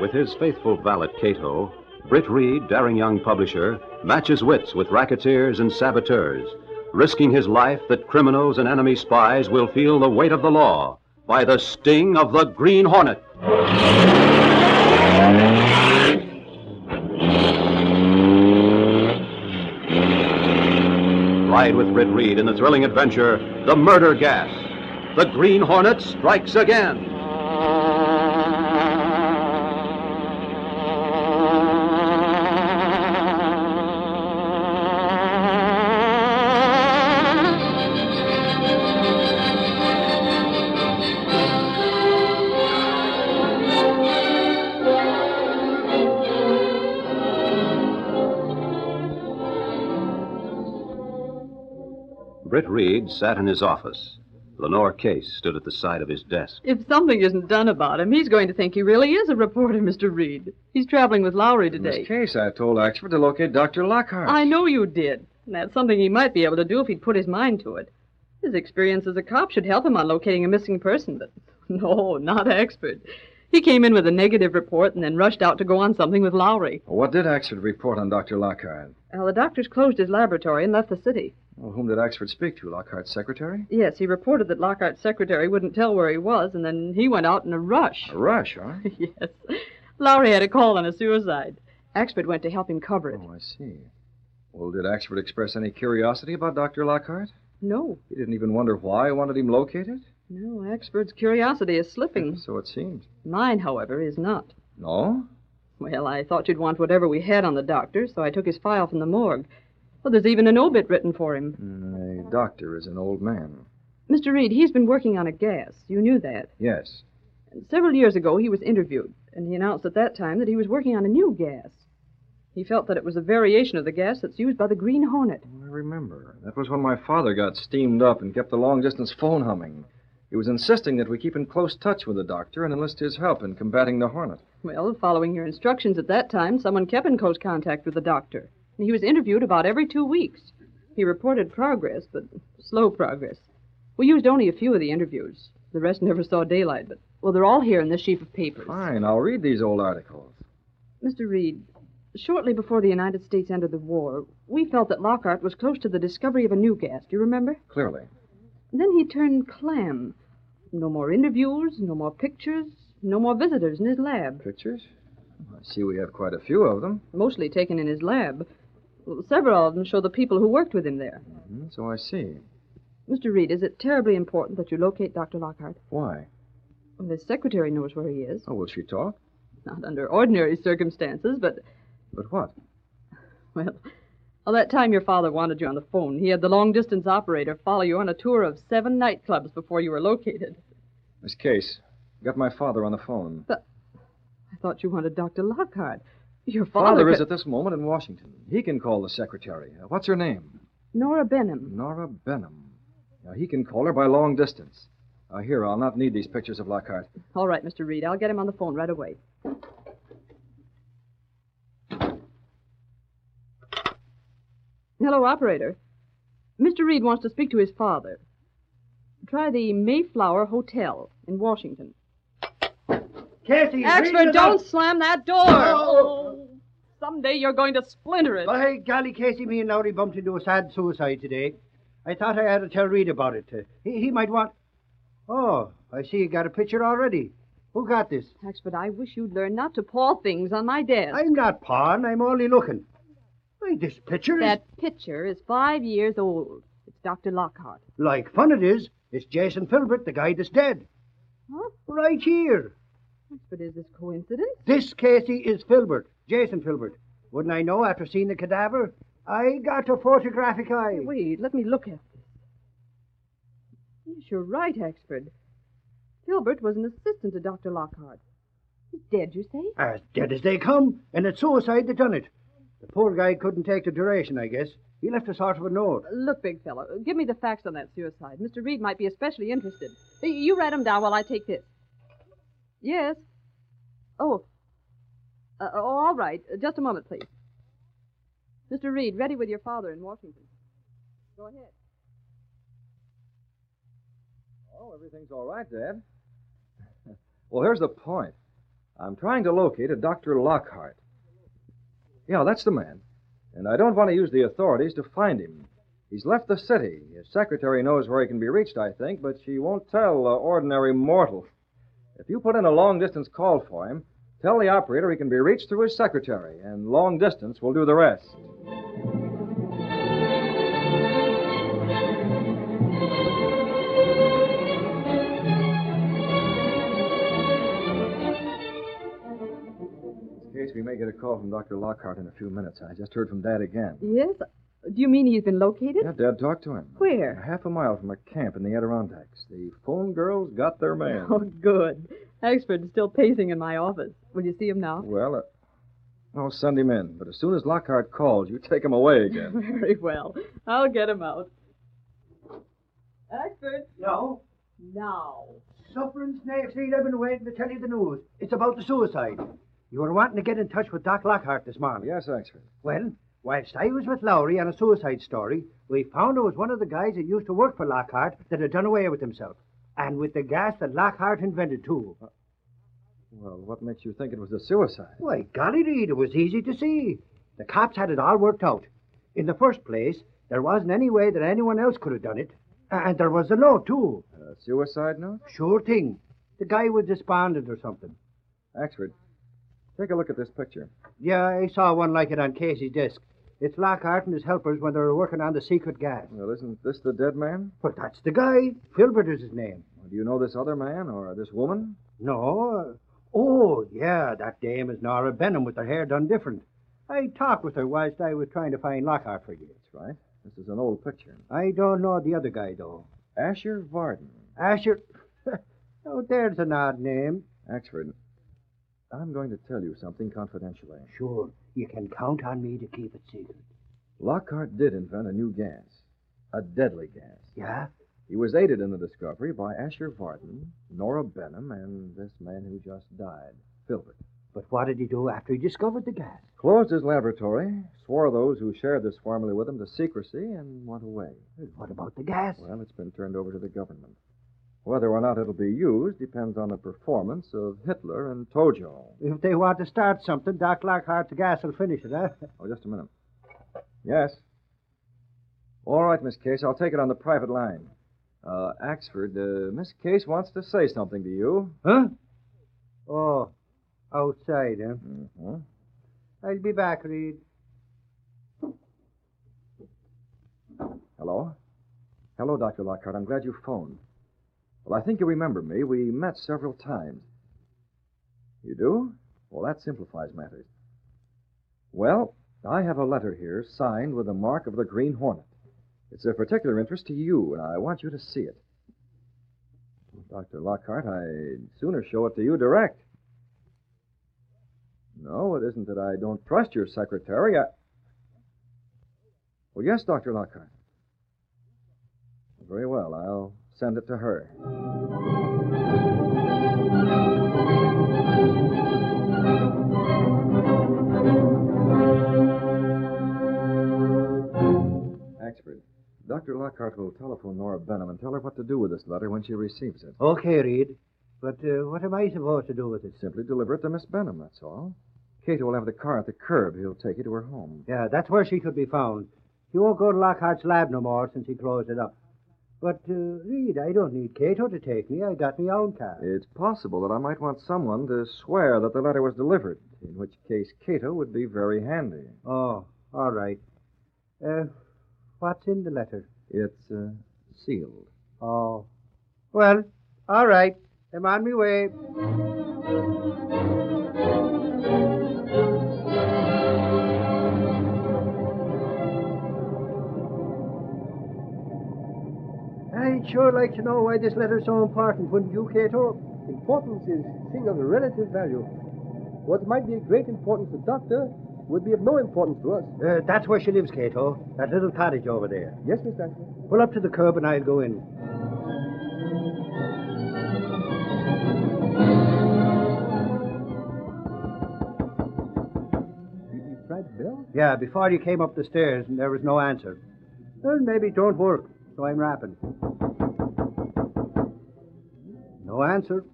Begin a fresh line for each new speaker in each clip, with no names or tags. With his faithful valet Cato, Britt Reed, daring young publisher, matches wits with racketeers and saboteurs, risking his life that criminals and enemy spies will feel the weight of the law by the sting of the Green Hornet. Ride with Britt Reed in the thrilling adventure, The Murder Gas. The Green Hornet strikes again. Britt Reed sat in his office. Lenore Case stood at the side of his desk.
If something isn't done about him, he's going to think he really is a reporter, Mr. Reed. He's traveling with Lowry today.
Miss Case, I told Axford to locate Dr. Lockhart.
I know you did. And that's something he might be able to do if he'd put his mind to it. His experience as a cop should help him on locating a missing person, but no, not expert. He came in with a negative report and then rushed out to go on something with Lowry.
What did Axford report on Dr. Lockhart?
Well, the doctors closed his laboratory and left the city.
Well, whom did Axford speak to? Lockhart's secretary?
Yes, he reported that Lockhart's secretary wouldn't tell where he was, and then he went out in a rush.
A rush, huh?
yes. Lowry had a call on a suicide. Axford went to help him cover it.
Oh, I see. Well, did Axford express any curiosity about Dr. Lockhart?
No,
He didn't even wonder why I wanted him located?
no, Axford's curiosity is slipping.
So it seems.
Mine, however, is not.
No?
Well, I thought you'd want whatever we had on the doctor, so I took his file from the morgue. Well, there's even an obit written for him.
Mm, A doctor is an old man.
Mr. Reed, he's been working on a gas. You knew that.
Yes.
And several years ago, he was interviewed, and he announced at that time that he was working on a new gas. He felt that it was a variation of the gas that's used by the Green Hornet.
I remember. That was when my father got steamed up and kept the long distance phone humming. He was insisting that we keep in close touch with the doctor and enlist his help in combating the hornet.
Well, following your instructions at that time, someone kept in close contact with the doctor. And he was interviewed about every two weeks. He reported progress, but slow progress. We used only a few of the interviews. The rest never saw daylight, but, well, they're all here in this sheaf of papers.
Fine, I'll read these old articles.
Mr. Reed, shortly before the United States entered the war, we felt that Lockhart was close to the discovery of a new gas. Do you remember?
Clearly.
And then he turned clam. No more interviews, no more pictures, no more visitors in his lab.
Pictures? I see we have quite a few of them.
mostly taken in his lab. Several of them show the people who worked with him there.
Hmm, so I see.
Mr. Reed, is it terribly important that you locate Dr. Lockhart?
Why?
Well, his secretary knows where he is.
Oh, will she talk?
Not under ordinary circumstances, but,
But what?
well, all that time your father wanted you on the phone, he had the long distance operator follow you on a tour of seven nightclubs before you were located.
Miss Case, got my father on the phone.
I thought you wanted Dr. Lockhart. Your father.
Father, is
could-
at this moment in Washington. He can call the secretary. Uh, what's her name?
Nora Benham.
Nora Benham. Now, he can call her by long distance. Uh, here, I'll not need these pictures of Lockhart.
All right, Mr. Reed, I'll get him on the phone right away. Hello, operator. Mr. Reed wants to speak to his father. Try the Mayflower Hotel in Washington.
Kathy,
Axford,
uh,
don't slam that door! Someday you're going to splinter it.
By golly, Casey, me and Lowry bumped into a sad suicide today. I thought I ought to tell Reed about it. Uh, He, he might want. Oh, I see you got a picture already. Who got this?
Axford, I wish you'd learn not to paw things on my desk.
I'm not pawn. I'm only looking. Why, this picture
That picture is five years old. It's Dr. Lockhart.
is like fun. It is. It's Jason Filbert, the guy that's dead,
Huh?
right here.
Axford, is this coincidence?
This Casey is Filbert, Jason Filbert. Wouldn't I know after seeing the cadaver? I got a photographic eye.
Wait, let me look at this. Yes, you're right, Axford. Filbert was an assistant to Dr. Lockhart. He's dead, you say? Uh,
As dead as they come, and it's suicide that done it. The poor guy couldn't take the duration, I guess. He left a sort of a note.
Look, big fellow, give me the facts on that suicide. Mr. Reed might be especially interested. Hey, You write 'em down while I take this. Yes. Oh. Uh, oh, all right. Uh, Just a moment, please. Mr. Reed, ready with your father in Washington. Go ahead.
Oh, everything's all right, Dad. well, here's the point. I'm trying to locate a Dr. Lockhart. Yeah, that's the man. And I don't want to use the authorities to find him. He's left the city. His secretary knows where he can be reached, I think, but she won't tell uh, ordinary mortal. If you put in a long distance call for him, tell the operator he can be reached through his secretary, and long distance will do the rest. Case we may get a call from Dr. Lockhart in a few minutes. I just heard from Dad again.
Yes? Do you mean he's been located?
Yeah, Dad, talk to him.
Where?
Half a mile from a camp in the Adirondacks. The phone girls got their man.
Oh, good. Axford's still pacing in my office. Will you see him now?
Well, uh, I'll send him in. But as soon as Lockhart calls, you take him away again.
Very well. I'll get him out. Axford,
No.
now.
Suffering snake seed, I've been waiting to tell you the news. It's about the suicide. You were wanting to get in touch with Doc Lockhart this morning.
yes, Axford.
Well, whilst I was with Lowry on a suicide story, we found it was one of the guys that used to work for Lockhart that had done away with himself. And with the gas that Lockhart invented, too.
Well, what makes you think it was a suicide?
Why, golly, Reed, it was easy to see. The cops had it all worked out. In the first place, there wasn't any way that anyone else could have done it. And there was the note, too.
A suicide note?
Sure thing. The guy was despondent or something.
Axford, take a look at this picture.
Yeah, I saw one like it on Casey's desk. It's Lockhart and his helpers when they were working on the secret gas.
Well, isn't this the dead man?
But that's the guy. Filbert is his name.
Do you know this other man or this woman?
No. uh, Oh, yeah, that dame is Nora Benham with her hair done different. I talked with her whilst I was trying to find Lockhart for you.
That's right. This is an old picture.
I don't know the other guy, though.
Asher Varden.
Asher. oh, there's an odd name.
Axford, I'm going to tell you something confidentially.
Sure, you can count on me to keep it secret.
Lockhart did invent a new gas, a deadly gas.
Yeah?
He was aided in the discovery by Asher Varden, Nora Benham, and this man who just died, Filbert.
But what did he do after he discovered the gas?
Closed his laboratory, swore those who shared this formula with him to secrecy, and went away.
What about the gas?
Well, it's been turned over to the government. Whether or not it'll be used depends on the performance of Hitler and Tojo.
If they want to start something, Doc Lockhart's gas will finish it, huh?
Oh, just a minute. Yes. All right, Miss Case, I'll take it on the private line. Uh, Axford, uh, Miss Case wants to say something to you.
Huh? Oh, outside, huh?
Mm-hmm.
I'll be back, Reed.
Hello? Hello, Dr. Lockhart. I'm glad you phoned. Well, I think you remember me. We met several times. You do? Well, that simplifies matters. Well, I have a letter here signed with the mark of the Green Hornet. It's of particular interest to you, and I want you to see it. Dr. Lockhart, I'd sooner show it to you direct. No, it isn't that I don't trust your secretary. I... Well, yes, Dr. Lockhart. Very well. I'll send it to her. Axford, Dr. Lockhart will telephone Nora Benham and tell her what to do with this letter when she receives it.
Okay, Reed. But uh, what am I supposed to do with it?
Simply deliver it to Miss Benham, that's all. Cato will have the car at the curb. He'll take you to her home.
Yeah, that's where she could be found. She won't go to Lockhart's lab no more since he closed it up. But, uh, Reed, I don't need Cato to take me. I got my own car.
It's possible that I might want someone to swear that the letter was delivered, in which case Cato would be very handy.
Oh, all right. Uh, what's in the letter?
It's uh, sealed.
Oh. Well, all right. I'm on my way. I'd sure like to know why this letter's so important, wouldn't you, Cato?
Importance is a thing of relative value. What might be of great importance to Doctor would be of no importance to us.
Uh, that's where she lives, Cato. That little cottage over there.
Yes, Miss Doctor.
Pull up to the curb and I'll go in.
You, you tried the bell?
Yeah, before you came up the stairs and there was no answer. Well, maybe it don't work, so I'm rapping. No answer.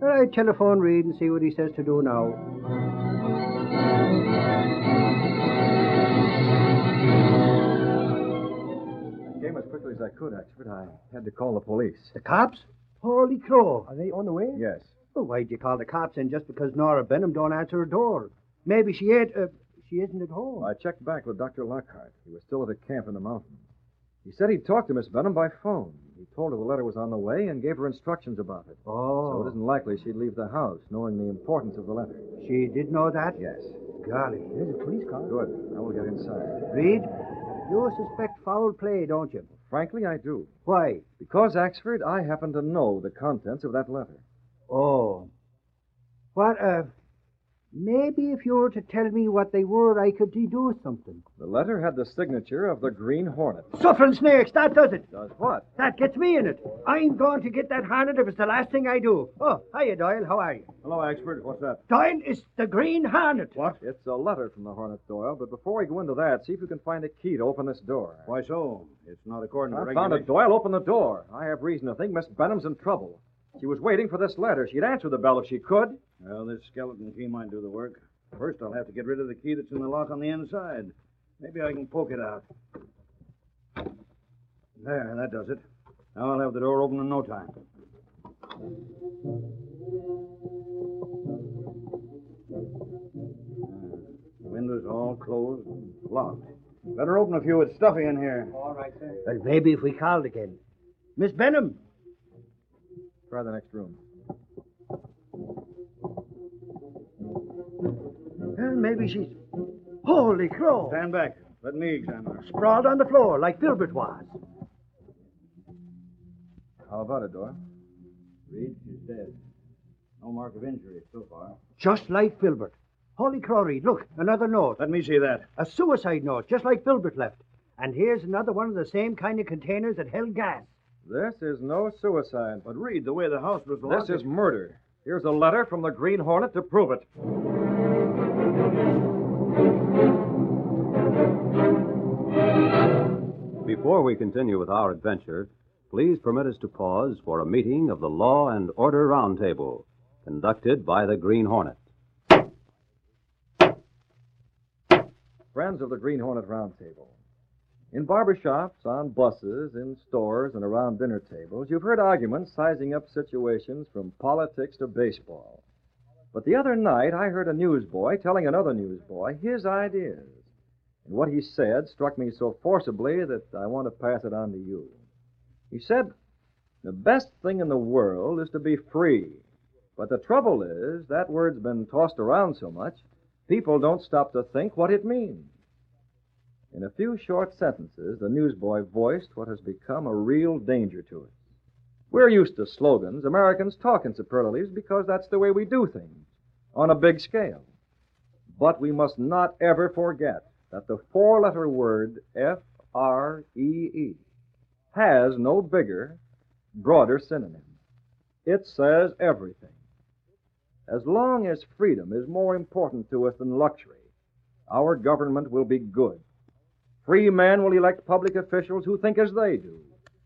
All right, telephone Reed and see what he says to do now.
I came as quickly as I could, Axford. I had to call the police.
The cops? Holy crow.
Are they on the way?
Yes.
Well, why'd you call the cops in just because Nora Benham don't answer her door? Maybe she ain't, uh, she isn't at home.
Oh, I checked back with Dr. Lockhart. He was still at a camp in the mountains. He said he'd talked to Miss Benham by phone. He told her the letter was on the way and gave her instructions about it. So
Oh,
it isn't likely she'd leave the house, knowing the importance of the letter.
she did know that?
Yes.
Golly.
There's a police car.
Good. I will get inside.
Reed, you suspect foul play, don't you?
Frankly, I do.
Why?
Because, Axford, I happen to know the contents of that letter.
Oh. What, uh, maybe if you were to tell me what they were, I could deduce something.
The letter had the signature of the Green Hornet.
Suffering snakes, that does it.
Does what?
That gets me in it. I'm going to get that hornet if it's the last thing I do. Oh, hiya, Doyle. How are you?
Hello, Axford. What's that?
Doyle, it's the green hornet. What?
It's a letter from the Hornet Doyle, but before we go into that, see if you can find a key to open this door.
Why so? It's not according to
I found it,
regulation.
Doyle. Open the door. I have reason to think Miss Benham's in trouble. She was waiting for this letter. She'd answer the bell if she could.
Well, this skeleton key might do the work. First, I'll have to get rid of the key that's in the lock on the inside. Maybe I can poke it out. There, that does it. Now I'll have the door open in no time. Ah, Uh, Windows all closed and locked. Better open a few. It's stuffy in here.
Well, maybe if we called again. Miss Benham.
Try the next room.
Well, maybe she's. Holy crow!
Stand back. Let me examine her.
Sprawled on the floor like Filbert was.
How about it, Doyle?
Reed, she's dead. No mark of injury so far.
Just like Filbert. Holy crow, Reed. Look, another note.
Let me see that.
A suicide note, just like Filbert left. And here's another one of the same kind of containers that held gas.
This is no suicide, but
But Reed, the way the house was locked.
this is murder. Here's a letter from the Green Hornet to prove it.
Before we continue with our adventure, please permit us to pause for a meeting of the Law and Order Roundtable, conducted by the Green Hornet.
Friends of the Green Hornet Roundtable. In barbershops, on buses, in stores, and around dinner tables, you've heard arguments sizing up situations from politics to baseball. But the other night, I heard a newsboy telling another newsboy his ideas. And what he said struck me so forcibly that I want to pass it on to you. He said, The best thing in the world is to be free. But the trouble is, that word's been tossed around so much, people don't stop to think what it means. In a few short sentences, the newsboy voiced what has become a real danger to us. We're used to slogans. Americans talk in superlatives because that's the way we do things on a big scale. But we must not ever forget that the four letter word F R E E has no bigger, broader synonym. It says everything. As long as freedom is more important to us than luxury, our government will be good. Free men will elect public officials who think as they do,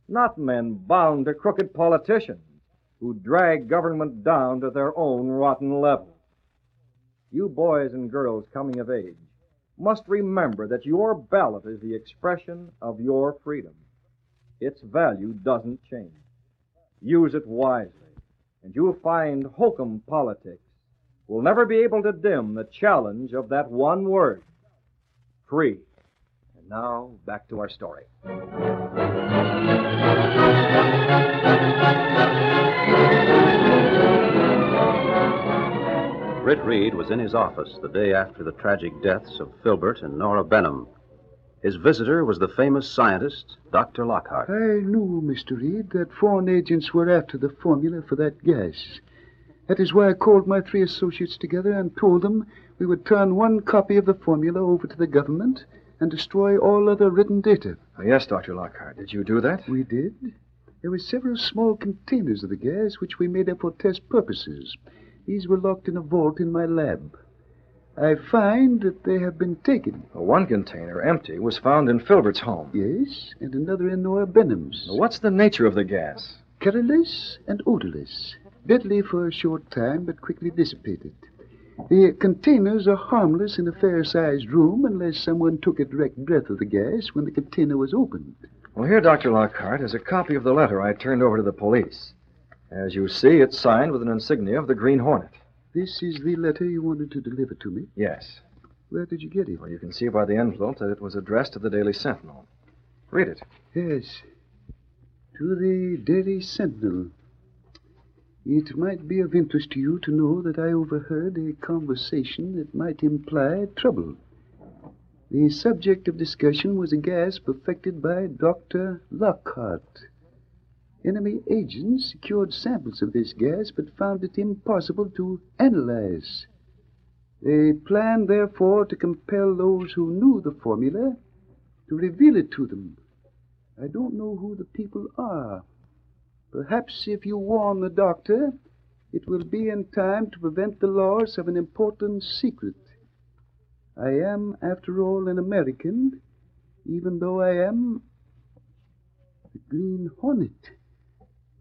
not men bound to crooked politicians who drag government down to their own rotten level. You boys and girls coming of age must remember that your ballot is the expression of your freedom. Its value doesn't change. Use it wisely, and you'll find hokum politics will never be able to dim the challenge of that one word free. And now, back to our story.
Britt Reed was in his office the day after the tragic deaths of Filbert and Nora Benham. His visitor was the famous scientist, Dr. Lockhart.
I knew, Mr. Reed, that foreign agents were after the formula for that gas. That is why I called my three associates together and told them we would turn one copy of the formula over to the government and destroy all other written data.
Uh, Yes, Dr. Lockhart. Did you do that?
We did. There were several small containers of the gas which we made up for test purposes. These were locked in a vault in my lab. I find that they have been taken.
Uh, One container, empty, was found in Filbert's home.
Yes, and another in Nora Benham's.
Uh, What's the nature of the gas?
Colorless and odorless. Deadly for a short time, but quickly dissipated. The containers are harmless in a fair sized room unless someone took a direct breath of the gas when the container was opened.
Well, here, Dr. Lockhart, is a copy of the letter I turned over to the police. As you see, it's signed with an insignia of the Green Hornet.
This is the letter you wanted to deliver to me.
Yes.
Where did you get it?
Well, you can see by the envelope that it was addressed to the Daily Sentinel. Read it.
Yes. To the Daily Sentinel. It might be of interest to you to know that I overheard a conversation that might imply trouble. The subject of discussion was a gas perfected by Dr. Lockhart. Enemy agents secured samples of this gas but found it impossible to analyze. They planned, therefore, to compel those who knew the formula to reveal it to them. I don't know who the people are. Perhaps if you warn the doctor, it will be in time to prevent the loss of an important secret. I am, after all, an American, even though I am the Green Hornet.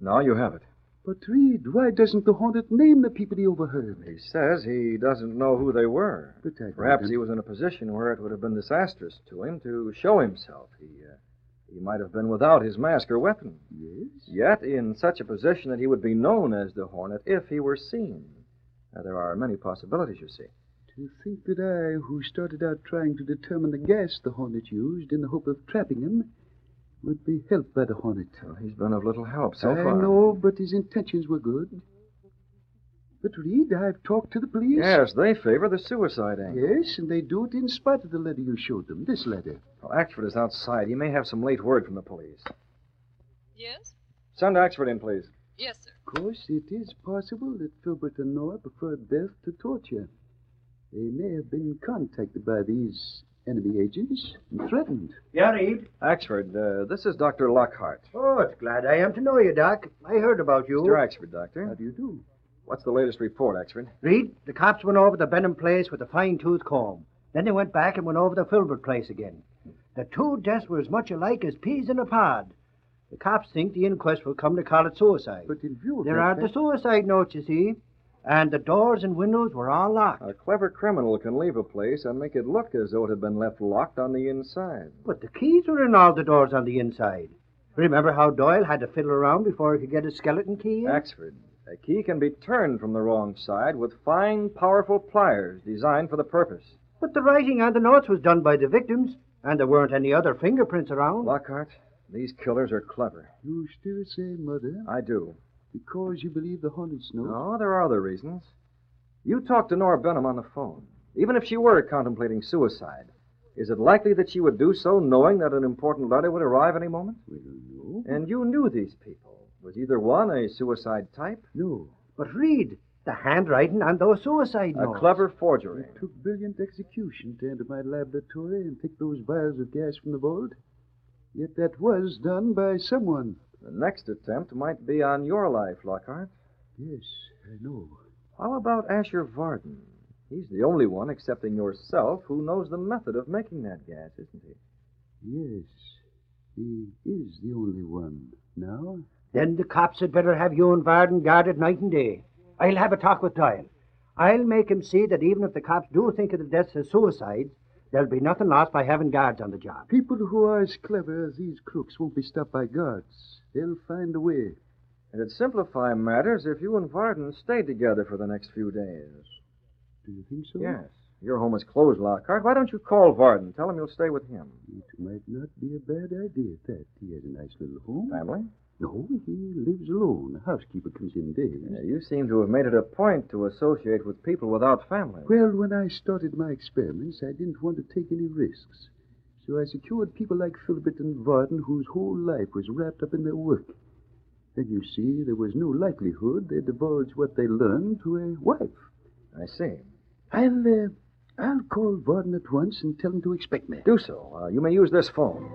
Now you have it.
But Reed, why doesn't the Hornet name the people he overheard?
He says he doesn't know who they were.
But I
Perhaps
don't-
he was in a position where it would have been disastrous to him to show himself. He, uh, he might have been without his mask or weapon.
Yes.
Yet in such a position that he would be known as the Hornet if he were seen. Now, there are many possibilities, you see.
To think that I, who started out trying to determine the gas the Hornet used in the hope of trapping him, would be helped by the Hornet.
Well, he's been of little help so
I
far.
know, but his intentions were good. But Reed, I've talked to the police.
Yes, they favor the suicide angle.
Yes, and they do it in spite of the letter you showed them. This letter.
Well, Axford is outside. He may have some late word from the police.
Yes?
Send Axford in, please.
Yes, sir.
Of course, it is possible that Filbert and Nora preferred death to torture. They may have been contacted by these enemy agents and threatened.
Yeah, Reed?
Axford, uh, this is Dr. Lockhart.
Oh, it's glad I am to know you, Doc. I heard about you.
Mr. Axford,
How
Doctor.
do you do?
What's the latest report, Axford?
Reed, the cops went over the Benham place with a fine tooth comb. Then they went back and went over the Filbert place again. The two deaths were as much alike as peas in a pod. The cops think the inquest will come to call it suicide.
But in view of
there
that
are
fact-
the suicide notes, you see. And the doors and windows were all locked.
A clever criminal can leave a place and make it look as though it had been left locked on the inside.
But the keys were in all the doors on the inside. Remember how Doyle had to fiddle around before he could get his skeleton key in?
Axford, a key can be turned from the wrong side with fine, powerful pliers designed for the purpose.
But the writing on the notes was done by the victims, and there weren't any other fingerprints around.
Lockhart, these killers are clever.
You still say mother
I do.
because you believe the Hornet's note?
No, there are other reasons. You talked to Nora Benham on the phone. Even if she were contemplating suicide, is it likely that she would do so knowing that an important letter would arrive any moment?
We don't know.
And you knew these people. Was either one a suicide type?
No.
But read the handwriting on those suicide
A
notes.
clever forgery.
It took brilliant execution to enter my laboratory and take those vials of gas from the vault. Yet that was done by someone.
The next attempt might be on your life, Lockhart.
Yes, I know.
How about Asher Varden? He's the only one, excepting yourself, who knows the method of making that gas, isn't he?
Yes, he is the only one now.
Then the cops had better have you and Varden guarded night and day. I'll have a talk with Doyle. I'll make him see that even if the cops do think of the deaths as suicides, there'll be nothing lost by having guards on the job.
People who are as clever as these crooks won't be stopped by guards. They'll find a way.
It'd simplify matters if you and Varden stayed together for the next few days.
Do you think so?
Yes. Your home is closed, Lockhart. Why don't you call Varden? Tell him you'll stay with him.
It might not be a bad idea at that. He has a nice little home.
Family?
No, he lives alone. A housekeeper comes in daily.
Yeah, you seem to have made it a point to associate with people without family.
Well, when I started my experiments, I didn't want to take any risks. So I secured people like Philbert and Varden whose whole life was wrapped up in their work. Then you see, there was no likelihood they divulged what they learned to a wife.
I see.
I'll, uh, I'll call Varden at once and tell him to expect me.
Do so. Uh, you may use this phone.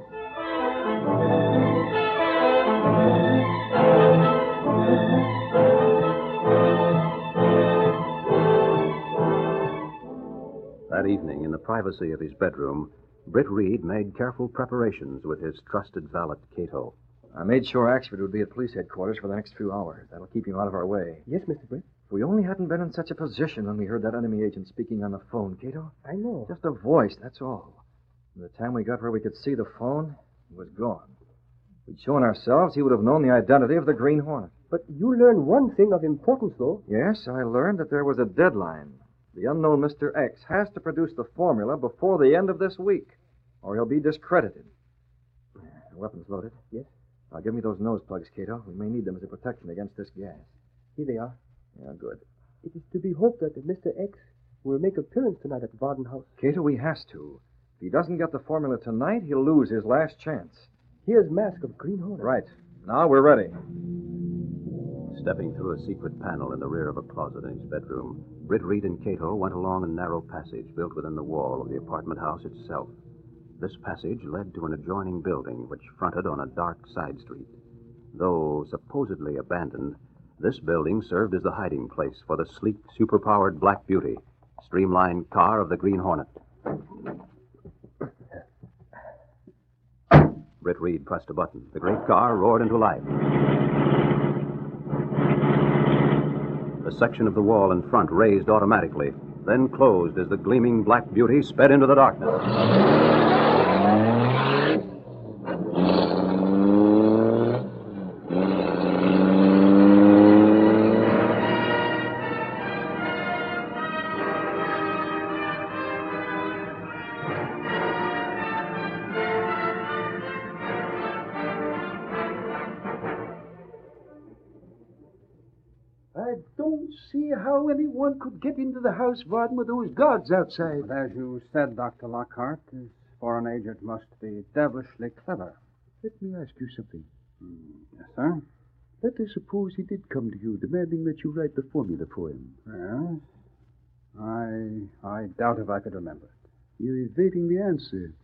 That evening, in the privacy of his bedroom, Britt Reed made careful preparations with his trusted valet, Cato.
I made sure Axford would be at police headquarters for the next few hours. That'll keep him out of our way.
Yes, Mr. Britt.
If we only hadn't been in such a position when we heard that enemy agent speaking on the phone, Cato.
I know.
Just a voice, that's all. By the time we got where we could see the phone, it was gone. If we'd shown ourselves, he would have known the identity of the Green Hornet.
But you learn one thing of importance, though.
Yes, I learned that there was a deadline. The unknown Mr. X has to produce the formula before the end of this week, or he'll be discredited. The weapons loaded.
Yes.
Now, give me those nose plugs, Cato. We may need them as a protection against this gas.
Here they are.
Yeah, good.
It is to be hoped that Mr. X will make appearance tonight at Varden House.
Cato, he has to. If he doesn't get the formula tonight, he'll lose his last chance.
Here's Mask of Green Hornet.
Right. Now we're ready.
Stepping through a secret panel in the rear of a closet in his bedroom, Britt Reed and Cato went along a narrow passage built within the wall of the apartment house itself. This passage led to an adjoining building which fronted on a dark side street. Though supposedly abandoned, this building served as the hiding place for the sleek, superpowered Black Beauty, streamlined car of the Green Hornet. Britt Reed pressed a button. The great car roared into life. The section of the wall in front raised automatically, then closed as the gleaming black beauty sped into the darkness.
I don't see how anyone could get into the house, Varden, with those guards outside.
But as you said, Dr. Lockhart, this foreign agent must be devilishly clever. Hmm,
Let me ask you something.
Yes, sir?
Let us suppose he did come to you demanding that you write the formula for him.
Well, I, I doubt if I could remember it.
You're evading the answer.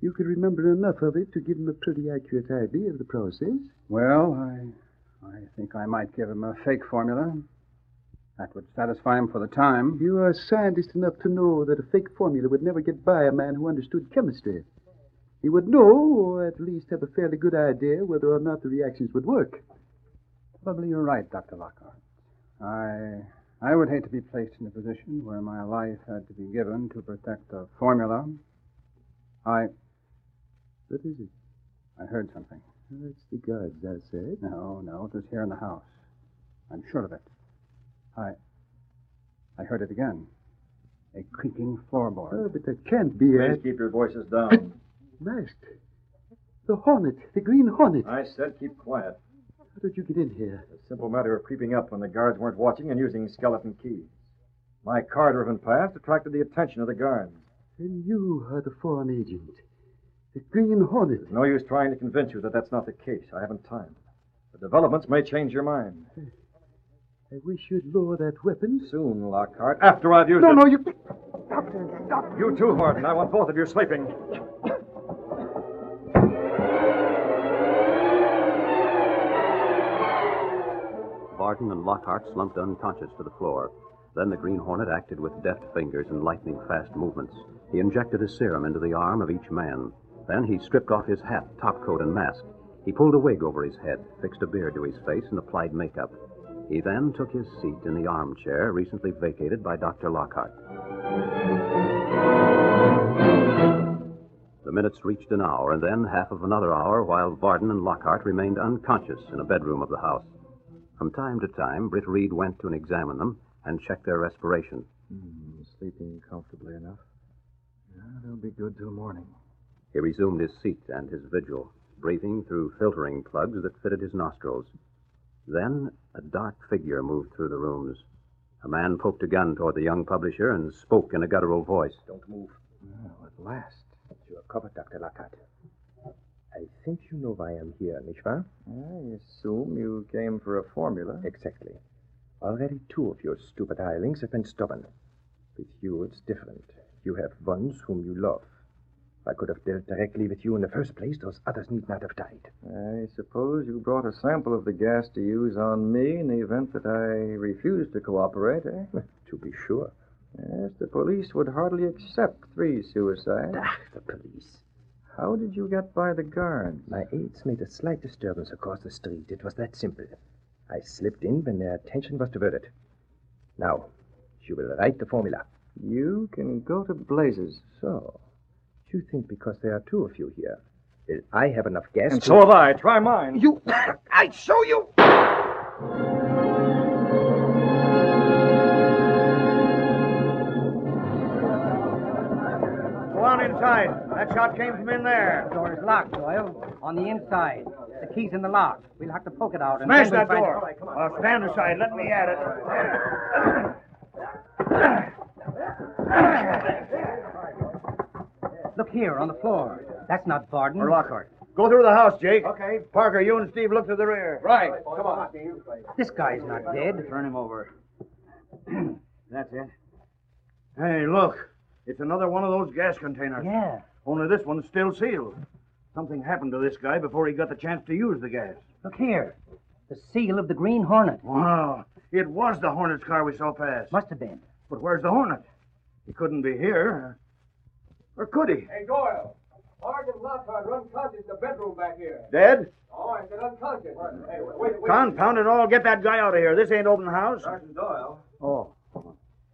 You could remember enough of it to give him a pretty accurate idea of the process.
Well, I, I think I might give him a fake formula. That would satisfy him for the time.
You are scientist enough to know that a fake formula would never get by a man who understood chemistry. He would know, or at least have a fairly good idea, whether or not the reactions would work.
Probably you're right, Dr. Lockhart. I, I would hate to be placed in a position where my life had to be given to protect a formula. I,
What is it?
I heard something.
That's the guards outside.
No, no, it was here in the house. I'm sure of it. I. I heard it again. A creaking
Oh,
floorboard.
but that can't be
Please
a
keep your voices down.
mask. The hornet, the green hornet.
I said keep quiet.
How did you get in here?
It's a simple matter of creeping up when the guards weren't watching and using skeleton keys. My car driven past attracted the attention of the guards.
And you are the foreign agent. The green hornet.
There's no use trying to convince you that that's not the case. I haven't time. The developments may change your mind.
I wish you'd lower that weapon.
Soon, Lockhart, after I've used
No,
it.
no, you.
You too, Horton. I want both of you sleeping.
Barton and Lockhart slumped unconscious to the floor. Then the Green Hornet acted with deft fingers and lightning fast movements. He injected a serum into the arm of each man. Then he stripped off his hat, top coat, and mask. He pulled a wig over his head, fixed a beard to his face, and applied makeup. He then took his seat in the armchair recently vacated by Dr. Lockhart. The minutes reached an hour, and then half of another hour, while Varden and Lockhart remained unconscious in a bedroom of the house. From time to time, Britt Reed went to examine them and check their respiration.
sleeping comfortably enough. Yeah, they'll be good till morning.
He resumed his seat and his vigil, breathing through filtering plugs that fitted his nostrils. Then a dark figure moved through the rooms. A man poked a gun toward the young publisher and spoke in a guttural voice.
Don't move.
Well, at last.
You have covered Dr. Lockhart.
I think you know why I'm here, nicht wahr?
I assume you came for a formula.
Exactly. Already two of your stupid hirelings have been stubborn. With you, it's different. You have ones whom you love. I could have dealt directly with you in the first place. Those others need not have died.
I suppose you brought a sample of the gas to use on me in the event that I refused to cooperate, eh?
To be sure.
Yes, the police would hardly accept three suicides.
Ah, the police.
How did you get by the guards?
My aides made a slight disturbance across the street. It was that simple. I slipped in when their attention was diverted. Now, you will write the formula.
You can go to blazes.
So, you think because there are two of you here, that I have enough gas
And
to-
so have I. Try mine.
You... I show you...
Go on inside. That shot came from in there.
Door is locked, Doyle. On the inside. The key's in the lock. We'll have to poke it out. And
Smash
then we'll
that
find-
door. Uh, stand aside. Let me at it.
Look here, on the floor. That's not Varden.
Or Lockhart. Go through the house, Jake. Okay. Parker, you and Steve look to the rear. Right. Come on.
This guy's not dead.
Turn him over. That's it. Hey, look. It's another one of those gas containers.
Yeah.
Only this one's still sealed. Something happened to this guy before he got the chance to use the gas.
Look here. The seal of the Green Hornet.
Wow. It was the Hornet's car we saw pass.
Must have been.
But where's the Hornet? He couldn't be here. Or could he?
Hey, Doyle. Morgan Lockhart run conscious the bedroom back here.
Dead?
Oh, I said unconscious. Hey, wait, wait.
Confound it all. Get that guy out of here. This ain't open house.
Sergeant Doyle.
Oh.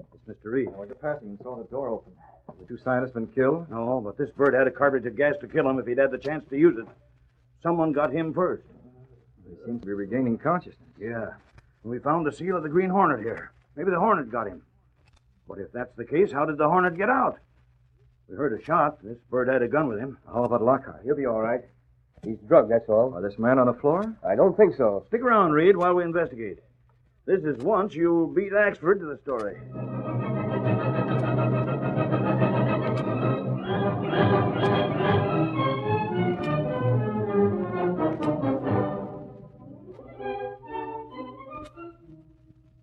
It's E. Mr. Reed.
I went to passing and saw the door open. Have The two scientists been killed?
No, but this bird had a cartridge of gas to kill him if he'd had the chance to use it. Someone got him first.
They seem to be regaining consciousness.
Yeah. We found the seal of the Green Hornet here. Maybe the Hornet got him. But if that's the case, how did the Hornet get out? We heard a shot. This bird had a gun with him.
How about Lockhart?
He'll be all right. He's drugged, that's all.
Or this man on the floor?
I don't think so.
Stick around, Reed, while we investigate. This is once you beat Axford to the story.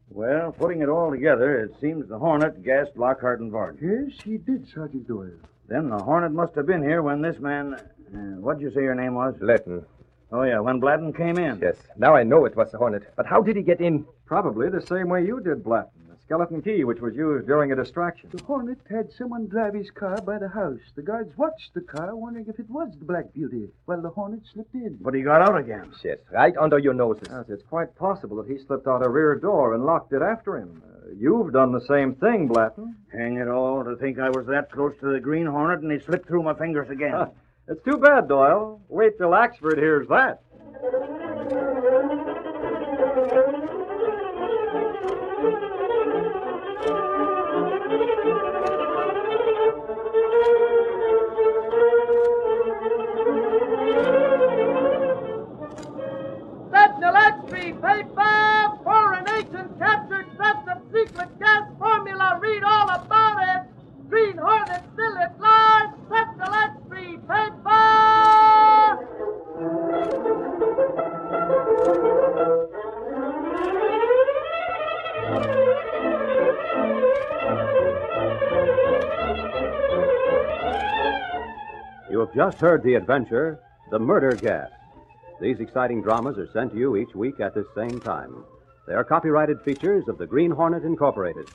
Well, putting it all together, it seems the Hornet gassed Lockhart and Varden.
Yes, he did, Sergeant Doyle.
Then the Hornet must have been here when this man. Uh, what'd you say your name was?
Letton.
Oh, yeah, when Bladden came in.
Yes. Now I know it was the Hornet. But how did he get in?
Probably the same way you did, Blatton. The skeleton key, which was used during a distraction.
The Hornet had someone drive his car by the house. The guards watched the car, wondering if it was the Black Beauty, while the Hornet slipped in.
But he got out again.
Yes, right under your noses.
Yes, it's quite possible that he slipped out a rear door and locked it after him. Uh, you've done the same thing, Blatton.
Hang it all, to think I was that close to the Green Hornet and he slipped through my fingers again.
Huh. It's too bad, Doyle. Wait till Axford hears that.
Sentinel X-ray paper! Foreign agent captured theft of secret gas formula. Read all about it. Green Hornet still at large. Sentinel X-ray paper!
You have just heard the adventure, The Murder Gas. These exciting dramas are sent to you each week at this same time. They are copyrighted features of the Green Hornet Incorporated.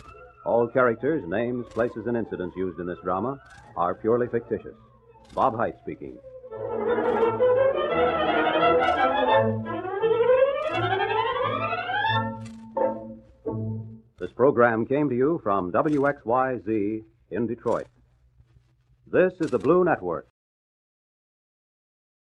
All characters, names, places, and incidents used in this drama are purely fictitious. Bob Height speaking. This program came to you from WXYZ in Detroit. This is the Blue Network.